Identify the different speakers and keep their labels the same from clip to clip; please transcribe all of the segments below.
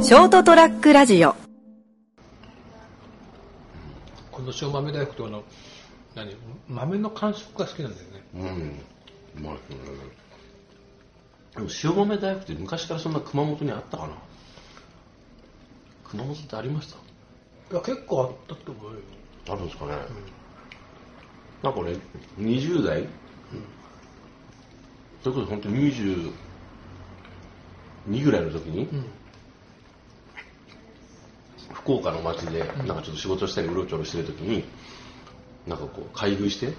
Speaker 1: ショートトラックラジオ
Speaker 2: この塩豆大福とあの何豆の感触が好きなんだよね
Speaker 3: うん。うまいですね。でも塩豆大福って昔からそんな熊本にあったかな熊本ってありました
Speaker 2: いや結構あったと思うよ
Speaker 3: あるんですかね、なんか俺20代、それこそ本当に22ぐらいの時に、福岡の街でなんかちょっと仕事したりうろちょろしてる時になんかこう買い食いして、う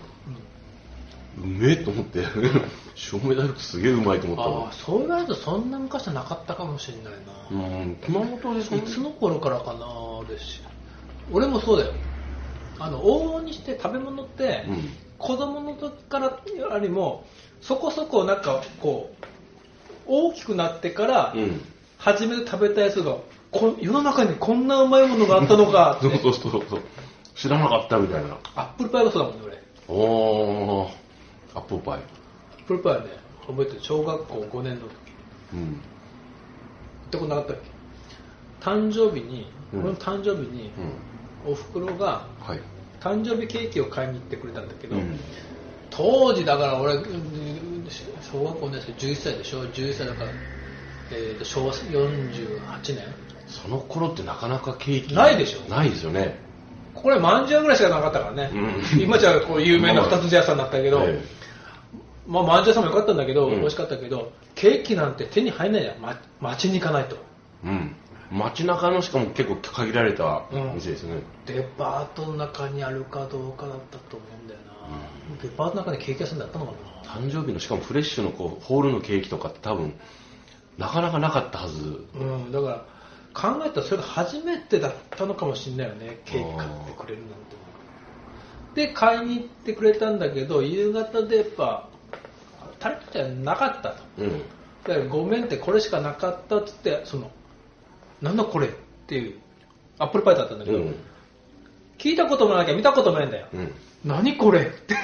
Speaker 3: めえと思って 照明だとすげえうまいと思った
Speaker 2: あ
Speaker 3: わ
Speaker 2: あそう言われるとそんな昔はなかったかもしれないな、
Speaker 3: うん熊本でそん
Speaker 2: いつの頃からかな嬉しい俺もそうだよあの往々にして食べ物って、
Speaker 3: うん
Speaker 2: 子供の時からよりもそこそこなんかこう大きくなってから、
Speaker 3: うん
Speaker 2: 初めて食べたやつがこ世の中にこんなうまいものがあったのかっ
Speaker 3: そう
Speaker 2: て
Speaker 3: そうそうそう知らなかったみたいな
Speaker 2: アップルパイがそうだもんね俺
Speaker 3: おーアップルパイ
Speaker 2: アップルパイはね覚えてる小学校5年の時
Speaker 3: うん
Speaker 2: 行ったことなかったっけ誕生日に、
Speaker 3: うん
Speaker 2: 俺の誕生日に、
Speaker 3: う
Speaker 2: おふくろが
Speaker 3: んはい
Speaker 2: 誕生日ケーキを買いに行ってくれたんだけど、
Speaker 3: うん
Speaker 2: 当時だから俺うん小学校のやつ11歳でしょ11歳だから、えーと昭和48年
Speaker 3: その頃ってなかなかケーキ
Speaker 2: ないでしょ
Speaker 3: ないですよね
Speaker 2: これまんじゅう屋ぐらいしかなかったからね、
Speaker 3: うん
Speaker 2: 今じゃこう有名な二つ屋さんだったけど、
Speaker 3: え
Speaker 2: まあ、まんじゅう屋さんもよかったんだけど、
Speaker 3: うん
Speaker 2: 美味しかったけどケーキなんて手に入らないやん、ま、街に行かないと
Speaker 3: えうん街中のしかも結構限られた
Speaker 2: うん
Speaker 3: 店ですよね、
Speaker 2: デパートの中にあるかどうかだったと思うんだよな、デパートの中にケーキ屋さんだったのかな
Speaker 3: 誕生日のしかもフレッシュのこうホールのケーキとかって多分なかなかなかったはず
Speaker 2: うんだから考えたらそれが初めてだったのかもしれないよねケーキ買ってくれるなんてで買いに行ってくれたんだけど夕方でやっぱタレットじゃなかったと
Speaker 3: うん
Speaker 2: だからごめんってこれしかなかったっつってそのなんだこれっていうアップルパイだったんだけ
Speaker 3: う
Speaker 2: ど、
Speaker 3: ん
Speaker 2: 聞いたこともなきゃ見たこともないんだよ、
Speaker 3: うん
Speaker 2: 何これって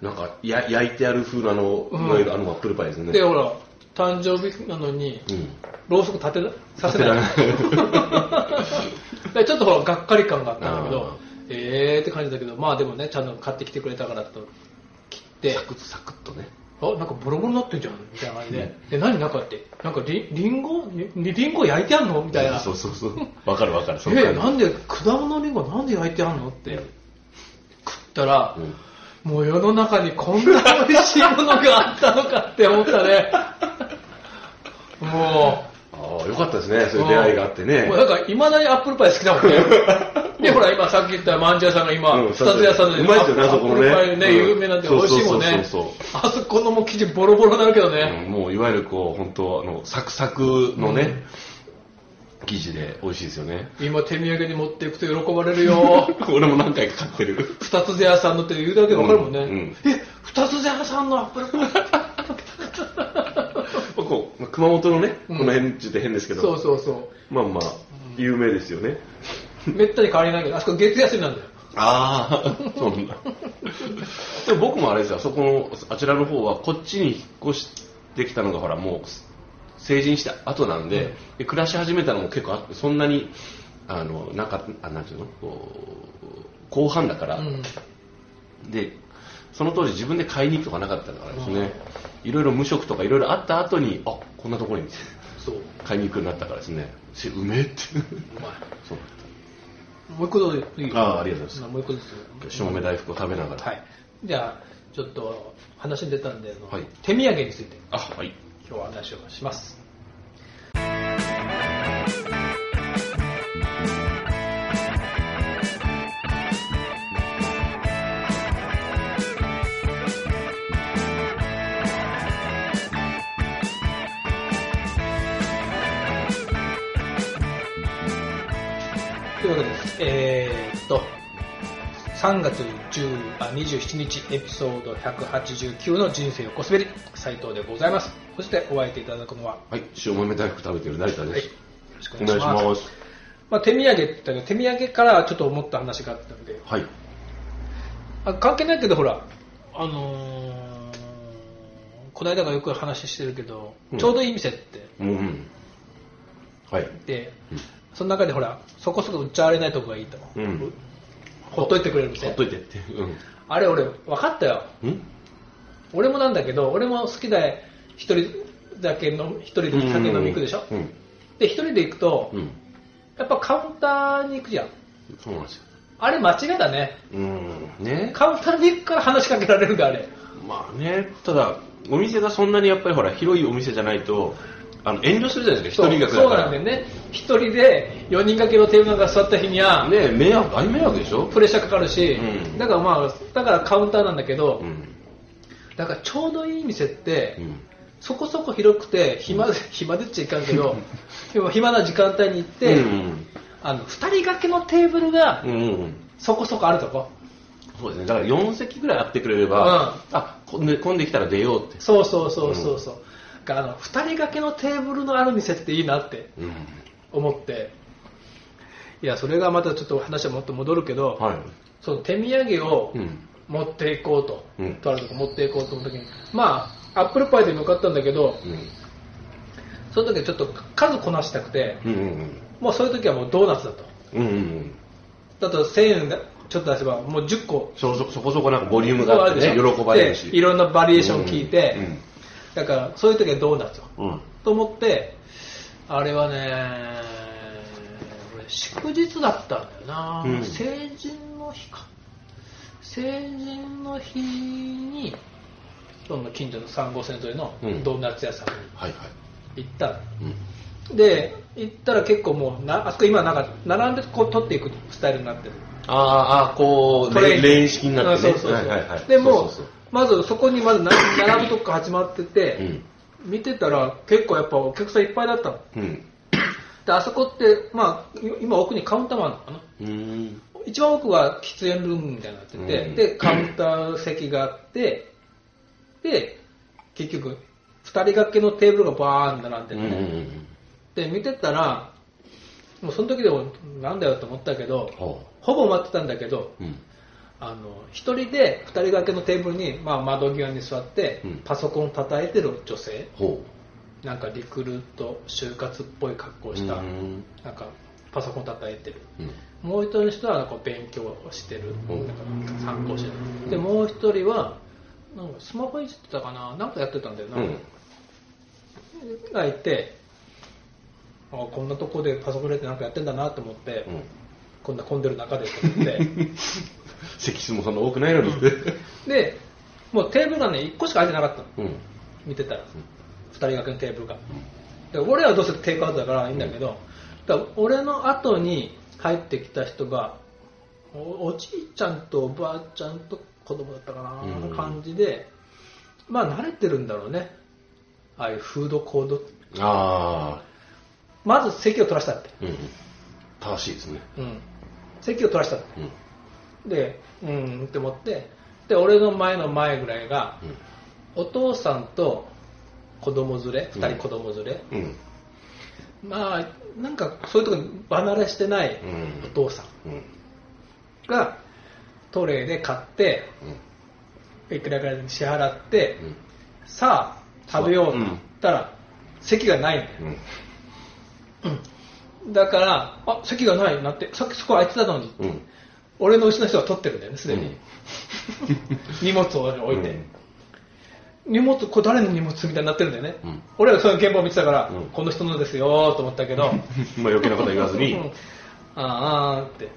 Speaker 3: なんかや焼いてある風なあの、
Speaker 2: うん
Speaker 3: いわゆるあのアップルパイですね
Speaker 2: でほら誕生日なのに
Speaker 3: うん
Speaker 2: ろうそく立てなさせない
Speaker 3: 立て
Speaker 2: でちょっとほらがっかり感があったんだけ
Speaker 3: あ
Speaker 2: ど
Speaker 3: ー
Speaker 2: えーって感じだけどまあでもねちゃんと買ってきてくれたからと切って
Speaker 3: サクッサクッとね
Speaker 2: あなんかボロボロになってんじゃんみたいな感じでで何中ってなんかりりんごりりんご焼いてあんのみたいな
Speaker 3: そうそうそうわかるわかる
Speaker 2: え
Speaker 3: その感じ
Speaker 2: なんで果物りんごなんで焼いてあんのって食ったら、
Speaker 3: うん
Speaker 2: もう世の中にこんな美味しいものがあったのかって思ったねもう
Speaker 3: ああよかったですねそういう出会いがあってね
Speaker 2: もうなんか、いまだにアップルパイ好きだもん ね。で、ほら、今、さっき言ったまんじゅう屋さんが今、
Speaker 3: うん
Speaker 2: 二つ屋さんで、
Speaker 3: うまいですよね
Speaker 2: アップルパイね、
Speaker 3: あそこね
Speaker 2: 有名なんで、美味しいもんね
Speaker 3: そうそうそう。
Speaker 2: あそこのもう生地ボロボロになるけどね。
Speaker 3: うんもういわゆるこう本当あのサクサクのね、生地で美味しいですよね
Speaker 2: 今、手土産に持っていくと喜ばれるよ。
Speaker 3: 俺も何回か買って る
Speaker 2: 二つ屋さんのって言うだけでわかるもんね。
Speaker 3: うんうん
Speaker 2: え、二つ屋さんのアップルパイ
Speaker 3: こう熊本のね
Speaker 2: う
Speaker 3: こ
Speaker 2: ん
Speaker 3: の辺ちょっと変ですけど、
Speaker 2: そうそうそ
Speaker 3: まあまあ有名ですよね、
Speaker 2: う。めったに変わりないけど、あそこ月休みなんだよ。
Speaker 3: ああそうなんだでも僕もあれですよそこのあちらの方はこっちに引っ越してきたのがほらもう成人した後なんで,、で暮らし始めたのも結構あそんなにあのなんかあなんていうのこう後半だから、
Speaker 2: うん。
Speaker 3: でその当時自分で買いに行くとかなかったからですね、いろいろ無職とかいろいろあった後にあこんなところに
Speaker 2: そう。う
Speaker 3: 買いに行くようになったからですねしうめえって
Speaker 2: まい。
Speaker 3: そう
Speaker 2: もう一個どうぞいい
Speaker 3: あーありがとうござい
Speaker 2: もう一個ずつ。
Speaker 3: しもめ大福を食べながら、
Speaker 2: はい、じゃあちょっと話に出たんで、あの
Speaker 3: はい
Speaker 2: 手土産について
Speaker 3: あはい
Speaker 2: 今日は話をしますというわけですえーっと3月10あ27日エピソード189の人生横滑り斉藤でございますそしてお相手いただくのは、
Speaker 3: はい塩もめ大福食べてる成田
Speaker 2: は
Speaker 3: で
Speaker 2: い、よ
Speaker 3: す、
Speaker 2: ろしくお
Speaker 3: お
Speaker 2: 願
Speaker 3: 願
Speaker 2: い
Speaker 3: い
Speaker 2: しま
Speaker 3: し
Speaker 2: すまあ、
Speaker 3: ます
Speaker 2: 手土産って言ったけど手土産からちょっと思った話があったんで
Speaker 3: はい
Speaker 2: あ関係ないけどほらあのー、この間がよく話してるけど、
Speaker 3: うん
Speaker 2: ちょうどいい店って
Speaker 3: うんはい。
Speaker 2: で、その中でほら、そこそこ売っちゃわれないとこがいいと。
Speaker 3: うん
Speaker 2: ほっといてくれるみた
Speaker 3: ほ
Speaker 2: い
Speaker 3: っ
Speaker 2: な
Speaker 3: と。いてって。う
Speaker 2: あれ俺、分かったよ。
Speaker 3: ん。ん
Speaker 2: 俺もなんだけど、俺も好きで、一人だけの、一人で酒飲み行くでしょ。
Speaker 3: うん。
Speaker 2: で、一人で行くと
Speaker 3: う、ん。
Speaker 2: やっぱカウンターに行くじゃん。
Speaker 3: そうなんですよ。
Speaker 2: あれ間違いだね。
Speaker 3: うん。ね。
Speaker 2: カウンターに行くから話しかけられるんだ、あれ。
Speaker 3: まあね、ただ、お店がそんなにやっぱりほら、広いお店じゃないと、あの、遠慮するじゃないですか、一人が
Speaker 2: そうそうなんだよね。一人で4人掛けのテーブルなんか座った日には、
Speaker 3: ね迷惑、あれ迷惑でしょ
Speaker 2: プレッシャーかかるし、
Speaker 3: うん
Speaker 2: だからまあ、だからカウンターなんだけど、
Speaker 3: うん。
Speaker 2: だからちょうどいい店って、
Speaker 3: うん。
Speaker 2: そこそこ広くて、暇で、暇でっちゃいかんけ ど、でも暇な時間帯に行って、
Speaker 3: うん。
Speaker 2: あの、二人掛けのテーブルが
Speaker 3: うんうん。
Speaker 2: そこそこあるとこ。
Speaker 3: そうですね、だから4席ぐらいあってくれれば、
Speaker 2: うん
Speaker 3: あ混んで混んできたら出ようって。
Speaker 2: そうそうそうそうそう。があの、二人掛けのテーブルのある店っていいなって
Speaker 3: うん。
Speaker 2: 思って、いや、それがまたちょっと話はもっと戻るけど、
Speaker 3: は
Speaker 2: その手土産を
Speaker 3: い。うん。
Speaker 2: 持っていこうと、
Speaker 3: うん
Speaker 2: とあるとこ持っていこうと思った時に、まあ、アップルパイで向かったんだけど、その時はちょっと数こなしたくて、
Speaker 3: うん。うん。
Speaker 2: もうそういう時はもうドーナツだと。
Speaker 3: うん。うん。
Speaker 2: だと1000円だちょっと出せば、もう10個。
Speaker 3: そそそこそこなんかボリュームがあってね、
Speaker 2: でしょ
Speaker 3: 喜ばれるし。
Speaker 2: でいろんなバリエーション聞いて、
Speaker 3: う
Speaker 2: だからそういう時はドーナツを。
Speaker 3: ん。うん。うん
Speaker 2: と思って、あれはね、俺祝日だったんだよな、
Speaker 3: うん
Speaker 2: 成人の日か。成人の日に、その近所の3号線沿いの
Speaker 3: うん
Speaker 2: ドーナツ屋さんに
Speaker 3: はいはい。
Speaker 2: 行ったの、
Speaker 3: うん。
Speaker 2: で、行ったら結構もう、なあそこ今なんか、並んでこう取っていくスタイルになってる。
Speaker 3: ああ、ああ、こう、
Speaker 2: トレイ
Speaker 3: レ
Speaker 2: ン
Speaker 3: レーン式になってね。
Speaker 2: うんそうそうそう。
Speaker 3: はいはいはい
Speaker 2: でもう
Speaker 3: そうそう
Speaker 2: まずそこにまずな並ぶとこから始まってて、
Speaker 3: そううん。
Speaker 2: 見てたら結構やっぱお客さんいっぱいだったの。
Speaker 3: うん。
Speaker 2: で、あそこって、まあ、い今奥にカウンターもあるのかな。
Speaker 3: うん。
Speaker 2: 一番奥は喫煙ルームみたいになってて、
Speaker 3: うん
Speaker 2: で、カウンター席があって、で、結局、二人掛けのテーブルがバーン並んで
Speaker 3: う
Speaker 2: て、
Speaker 3: んうん。
Speaker 2: で、見てたら、もうその時でもなんだよと思ったけど、
Speaker 3: ほ
Speaker 2: ほぼ待ってたんだけど、
Speaker 3: う。うん。
Speaker 2: あの一人で二人掛けのテーブルに、まあ、窓際に座って、
Speaker 3: うん
Speaker 2: パソコン叩いてる女性
Speaker 3: ほ
Speaker 2: なんかリクルート就活っぽい格好をした、
Speaker 3: うん
Speaker 2: なんかパソコン叩いてる
Speaker 3: う。うん。
Speaker 2: もう一人の人はなんか勉強をしてる
Speaker 3: うん
Speaker 2: なんか参考して
Speaker 3: うん
Speaker 2: るでもう一人はなんかスマホいじってたかななんかやってたんだよな、
Speaker 3: うん。
Speaker 2: がいてあこんなとこでパソコン入れてなんかやってんだなと思って、
Speaker 3: うん。
Speaker 2: こんな混んでる中でと思って
Speaker 3: 席数もそんな多くないのに。
Speaker 2: でもうテーブルがね1個しか空いてなかったの
Speaker 3: うん。
Speaker 2: 見てたら、二人掛けのテーブルが、で俺はどうせテイクアウトだからいいんだけど、だから俺の後に入ってきた人がおおじいちゃんとおばあちゃんと子供だったかな、
Speaker 3: うん
Speaker 2: の感じでまあ慣れてるんだろうねああいうフードコード
Speaker 3: ああ。
Speaker 2: まず席を取らしたって、
Speaker 3: うん。正しいですね。
Speaker 2: うん、席を取らしたって
Speaker 3: うん。
Speaker 2: でうんって思ってで俺の前の前ぐらいがお父さんと子供連れ2人子供連れ、
Speaker 3: うん。うん。
Speaker 2: まあ、なんかそういうとこに離れしてない
Speaker 3: うん
Speaker 2: お父さん
Speaker 3: うん。
Speaker 2: がトレーで買って、いくらぐらい支払って、
Speaker 3: うん。
Speaker 2: さあ、食べようと
Speaker 3: うん
Speaker 2: 言ったら、席がないんだよ。
Speaker 3: うん。
Speaker 2: だから、あ、席がないなって、さっきそこ空いてたのに、
Speaker 3: うん。
Speaker 2: 俺のうちの人が取ってるんだよね、すでに。
Speaker 3: うん
Speaker 2: 荷物を置いて。荷物、これ誰の荷物みたいになってるんだよね。
Speaker 3: うん
Speaker 2: 俺はその現場を見てたから、
Speaker 3: うん
Speaker 2: この人のですよーと思ったけど、
Speaker 3: まあ余計なことは言わずに
Speaker 2: う。んあーあーって。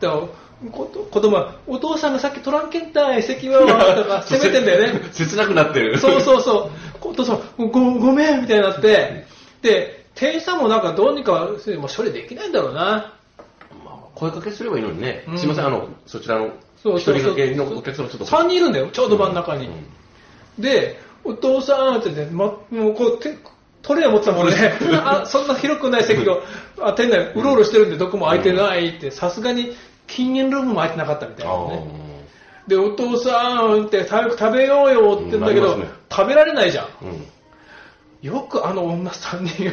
Speaker 2: でもこ子供は、お父さんがさっきトランケンタイ席は、とか、 責めてんだよね。
Speaker 3: 切なくなってる。
Speaker 2: そうそうそう。お父さん、ごごめんみたいになって。で、店員さんもなんかどうにか、それもう処理できないんだろうな。
Speaker 3: まあ声かけすればいいのにね。
Speaker 2: うん
Speaker 3: すいません、あの、そちらの、
Speaker 2: そう
Speaker 3: 一
Speaker 2: そ
Speaker 3: 人
Speaker 2: うそう
Speaker 3: 掛けのお客様ちょっと。
Speaker 2: 3人いるんだよ、ちょうど真ん中に。
Speaker 3: うん
Speaker 2: で、お父さんってね、ま、もうこう、てトレー持ってたもんね。 あ、そんな広くない席が、あ店内うろうろしてるんでどこも空いてないって、さすがに禁煙ルームも空いてなかったみたいな
Speaker 3: あ
Speaker 2: ね。で、お父さんって早く食べようよって言うんだけど、
Speaker 3: うんなりますね
Speaker 2: 食べられないじゃん。
Speaker 3: あ。うん。ね
Speaker 2: よくあの女3人、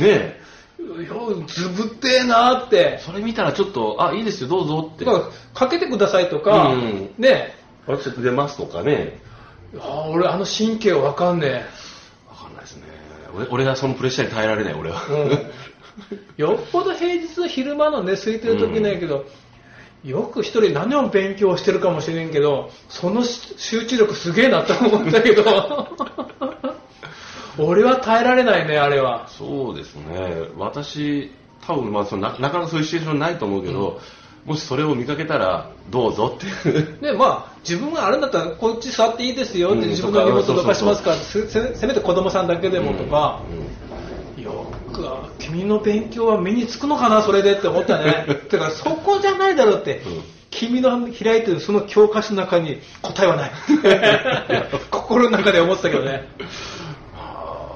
Speaker 3: え。
Speaker 2: よずぶってえなって。
Speaker 3: それ見たらちょっと、あ、いいですよ、どうぞって。
Speaker 2: だからかけてくださいとか、
Speaker 3: うん
Speaker 2: ね
Speaker 3: あれちょっと出ますとかね。
Speaker 2: あ俺あの神経わかんねえ。
Speaker 3: わかんないですね俺俺がそのプレッシャーに耐えられない俺は、
Speaker 2: よっぽど平日の昼間のね空いてる時なんやけど、よく一人何を勉強してるかもしれんけどそのし集中力すげえなと思ったけ ど俺は耐えられないねあれは
Speaker 3: そうですね私多分まあそのななかなかそういうシチュエーションないと思うけど、もしそれを見かけたらどうぞっていう
Speaker 2: でまあ自分があるんだったらこっち座っていいですよって、
Speaker 3: うん
Speaker 2: 自分の荷物
Speaker 3: とか
Speaker 2: どかしますからせせせめて子供さんだけでもとか、
Speaker 3: うんうん
Speaker 2: よくあ君の勉強は身につくのかなそれでって思った ねてかそこじゃないだろうって、
Speaker 3: うん
Speaker 2: 君の開いてるその教科書の中に答えはない 心の中で思ってたけどね
Speaker 3: あ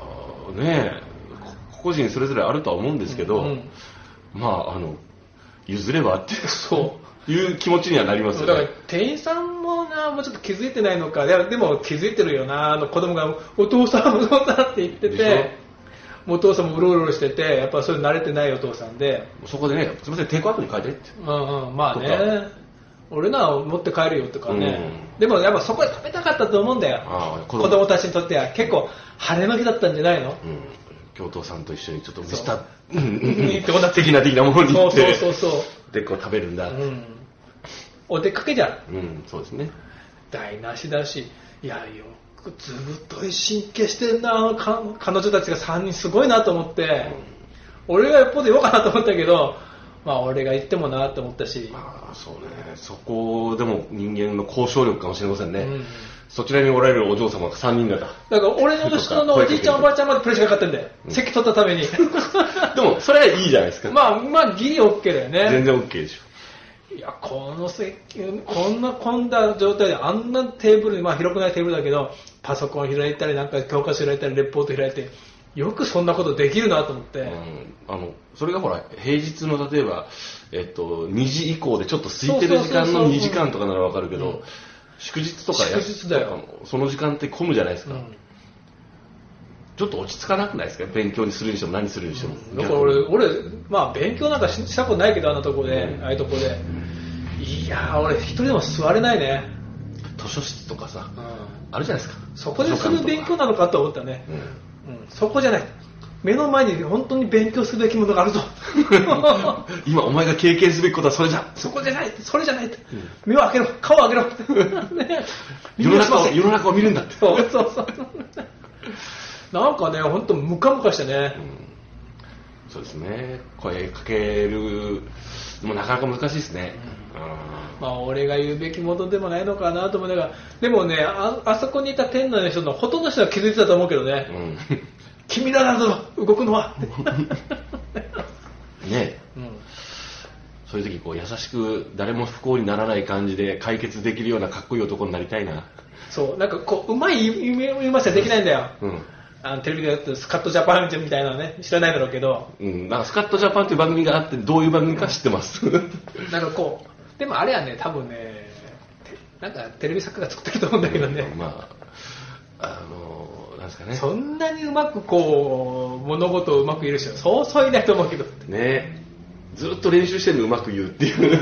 Speaker 3: ーねえこ個人それぞれあるとは思うんですけど、
Speaker 2: うん
Speaker 3: まああの譲ればって
Speaker 2: そう
Speaker 3: いう気持ちにはなります
Speaker 2: そう
Speaker 3: よ
Speaker 2: だから
Speaker 3: ね
Speaker 2: 店員さんもなもうちょっと気づいてないのかいやでも気づいてるよなあの子供がお父さんお父さんって言って
Speaker 3: でして
Speaker 2: もうお父さんもうろうろしててやっぱそれ慣れてないお父さんで
Speaker 3: そこでねすみませんテイクアウトに変えてって
Speaker 2: うんうんまあ
Speaker 3: と
Speaker 2: ね俺なら持って帰るよとかね、でもやっぱそこで食べたかったと思うんだよ
Speaker 3: ああ
Speaker 2: 子供たちにとっては結構晴れの日だったんじゃないの
Speaker 3: うん教頭さんと一緒にちょっと蒸し
Speaker 2: そ
Speaker 3: た
Speaker 2: う
Speaker 3: うんうん
Speaker 2: いいとこだ
Speaker 3: 的な的なものに
Speaker 2: そ
Speaker 3: 行
Speaker 2: う
Speaker 3: っ
Speaker 2: そう
Speaker 3: て
Speaker 2: そうそ
Speaker 3: でこう食べるんだ、
Speaker 2: う、うん、お出かけじゃん
Speaker 3: うん、そうですね。
Speaker 2: 台無しだしいやよくずぶとい神経してんなあのか彼女たちが3人すごいなと思って、俺が一方でようかなと思ったけどまあ俺が言ってもなと思ったし、
Speaker 3: まあ、そうね。そこでも人間の交渉力かもしれませんね。
Speaker 2: うん
Speaker 3: そちらにおられるお嬢様が3人だっ
Speaker 2: だから俺の後ろのおじいちゃんおばあちゃんまでプレッシャーかかってんだよ、席取ったため に
Speaker 3: た。でも、それはいいじゃないですか。
Speaker 2: まあまあギリ OK だよね
Speaker 3: 全然 OK でし
Speaker 2: いや、この席、こんな混んだ状態で、あんなテーブルで、まあ広くないテーブルだけど、パソコン開いたり、なんか教科書開いたり、レポート開いて、よくそんなことできるなと思って、
Speaker 3: ょ。うん、あのそれがほら平日の例えば、えっと、2時以降でちょっと空いてる
Speaker 2: そうそ
Speaker 3: 時間
Speaker 2: うそうそ
Speaker 3: の
Speaker 2: う
Speaker 3: 2時間とかならわかるけど、祝日とか
Speaker 2: 祝
Speaker 3: や
Speaker 2: 日だよ
Speaker 3: とかその時間って混むじゃないです
Speaker 2: う
Speaker 3: か、
Speaker 2: ん
Speaker 3: ちょっと落ち着かなくないですか勉強にするにしても何するにしても、
Speaker 2: だから俺、
Speaker 3: 逆に
Speaker 2: 俺まあ、勉強なんかししたことないけど、あんなとこで、ああいうとこで、いやー、俺、一人でも座れないね、
Speaker 3: 図書室とかさ
Speaker 2: うん、
Speaker 3: あるじゃないですか
Speaker 2: そこです
Speaker 3: 図
Speaker 2: る
Speaker 3: 書館とか
Speaker 2: 勉強なのかと思ったね、
Speaker 3: うん
Speaker 2: うん、そこじゃない、目の前に本当に勉強すべきもの があるぞ。
Speaker 3: 今お前が経験すべきことはそれじゃ
Speaker 2: そこじゃない、それじゃない、目を開けろ、顔を開け ろ、ね、
Speaker 3: 世の中を世の中を見るんだって、
Speaker 2: そうそうそう。なんかね、本当ムカムカしてね、
Speaker 3: そうですね声かけるでもなかなか難しいですね、
Speaker 2: まあ俺が言うべきものでもないのかなと思いながら、でもね、ああそこにいた店内の人のほとんどの人は気づいてたと思うけどね、
Speaker 3: うん、うん、
Speaker 2: 君らなど動くの は、
Speaker 3: ね
Speaker 2: うん
Speaker 3: そういう時こう優しく誰も不幸にならない感じで解決できるようなかっこいい男になりたいな
Speaker 2: そう、なんかこう、うまい言い言いましはできないんだよ。
Speaker 3: うん
Speaker 2: あのテレビでやってるスカットジャパンみたいなのね、知らないだろうけど、
Speaker 3: うん、なんかスカットジャパンっていう番組があってどういう番組か知ってます
Speaker 2: なんかこう、でもあれはね、多分ね、てなんかテレビ作家が作ってると思うんだけどね、
Speaker 3: まああのなんですかね
Speaker 2: そんなにうまくこう、物事をうまく言える人はそうそういないと思うけど、
Speaker 3: ねずっと練習してるのうまく言うっていう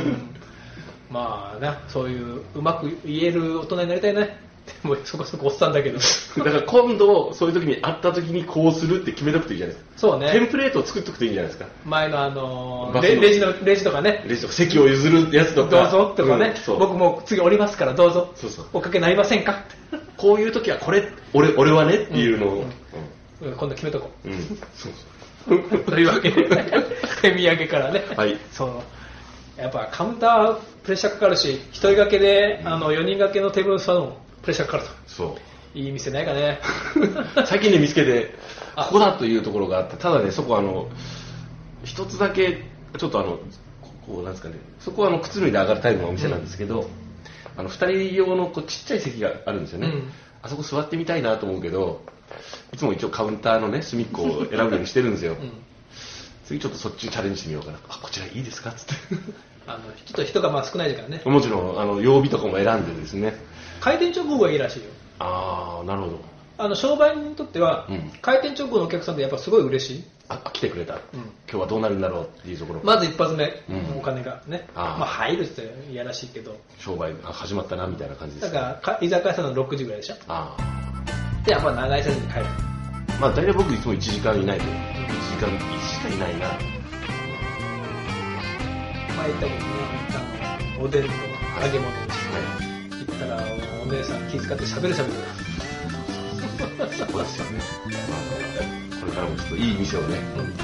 Speaker 2: まあな、そういううまく言える大人になりたいね。でもそこそこおっさんだけど。
Speaker 3: だから今度そういう時に会った時にこうするって決めとくといいじゃないですか
Speaker 2: そう
Speaker 3: テン
Speaker 2: ね。
Speaker 3: プレートを作っとくといいんじゃないですか。
Speaker 2: 前のあの
Speaker 3: バス
Speaker 2: レ、
Speaker 3: の
Speaker 2: レジの、レジとかね、
Speaker 3: レジとか席を譲るやつ
Speaker 2: ど
Speaker 3: と
Speaker 2: う
Speaker 3: か。
Speaker 2: ぞとか
Speaker 3: う
Speaker 2: ね
Speaker 3: ん、そう
Speaker 2: 僕もう次降りますからどうぞ、
Speaker 3: そうそう
Speaker 2: おかけになりませんか
Speaker 3: こういう時はこれ、俺、俺はねっていうのを。
Speaker 2: うん今度決めとこう。
Speaker 3: うん。うんそう
Speaker 2: というわけ で、手土産からね、
Speaker 3: はい
Speaker 2: そのやっぱカウンタープレッシャーかかるし、一人掛けで、あの4人掛けのテーブルの座るのもプレッシャーかかると、
Speaker 3: そう。
Speaker 2: いい店ないか ね、
Speaker 3: そう。最近ね、見つけて、
Speaker 2: あ
Speaker 3: ここだというところがあって、ただね、そこあの、一つだけ、ちょっとあの、ここうなんですかね、そこはあの靴脱いで上がるタイプのお店なんですけど、あの、二人用のこうちっちゃい席があるんですよね。
Speaker 2: うん
Speaker 3: あそこ座ってみたいなと思うけど、いつも一応カウンターのね、隅っこを選ぶようにしてるんですよ。
Speaker 2: うん
Speaker 3: 次ちょっとそっちチャレンジしてみようかなあこちらいいですかっつっ
Speaker 2: あのちょっと人がまあ少ない時間ね
Speaker 3: て、 もちろんあの曜日とかも選んでですね
Speaker 2: 開店直後がいいらしいよ、
Speaker 3: ああなるほど
Speaker 2: あの商売人にとっては、
Speaker 3: うん
Speaker 2: 開店直後のお客さんってやっぱすごい嬉しい、
Speaker 3: あ来てくれた、
Speaker 2: うん
Speaker 3: 今日はどうなるんだろうっていうところ、
Speaker 2: まず一発目、
Speaker 3: うん
Speaker 2: お金がね、
Speaker 3: あー
Speaker 2: まあ、入るっていやらしいけど、
Speaker 3: 商売が始まったなみたいな感じで
Speaker 2: だ
Speaker 3: す
Speaker 2: からか居酒屋さんの6時ぐらいでしょ、
Speaker 3: あ
Speaker 2: で、やっぱ長いサイズに帰る。
Speaker 3: あまあ大体僕いつも1時間いないで1時間1しかいないな
Speaker 2: 前行ったもんねあのおでんと揚げ物にして行ったらお姉さん気遣って喋る喋る
Speaker 3: そうですよね、まあ、これからもちょっといい店をね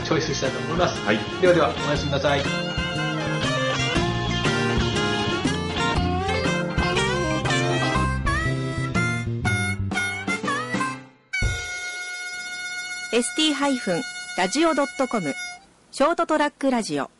Speaker 2: チョイスしたいと思います、
Speaker 3: はい
Speaker 2: ではではおやすみなさい
Speaker 1: ST-radio.com ショートトラックラジオ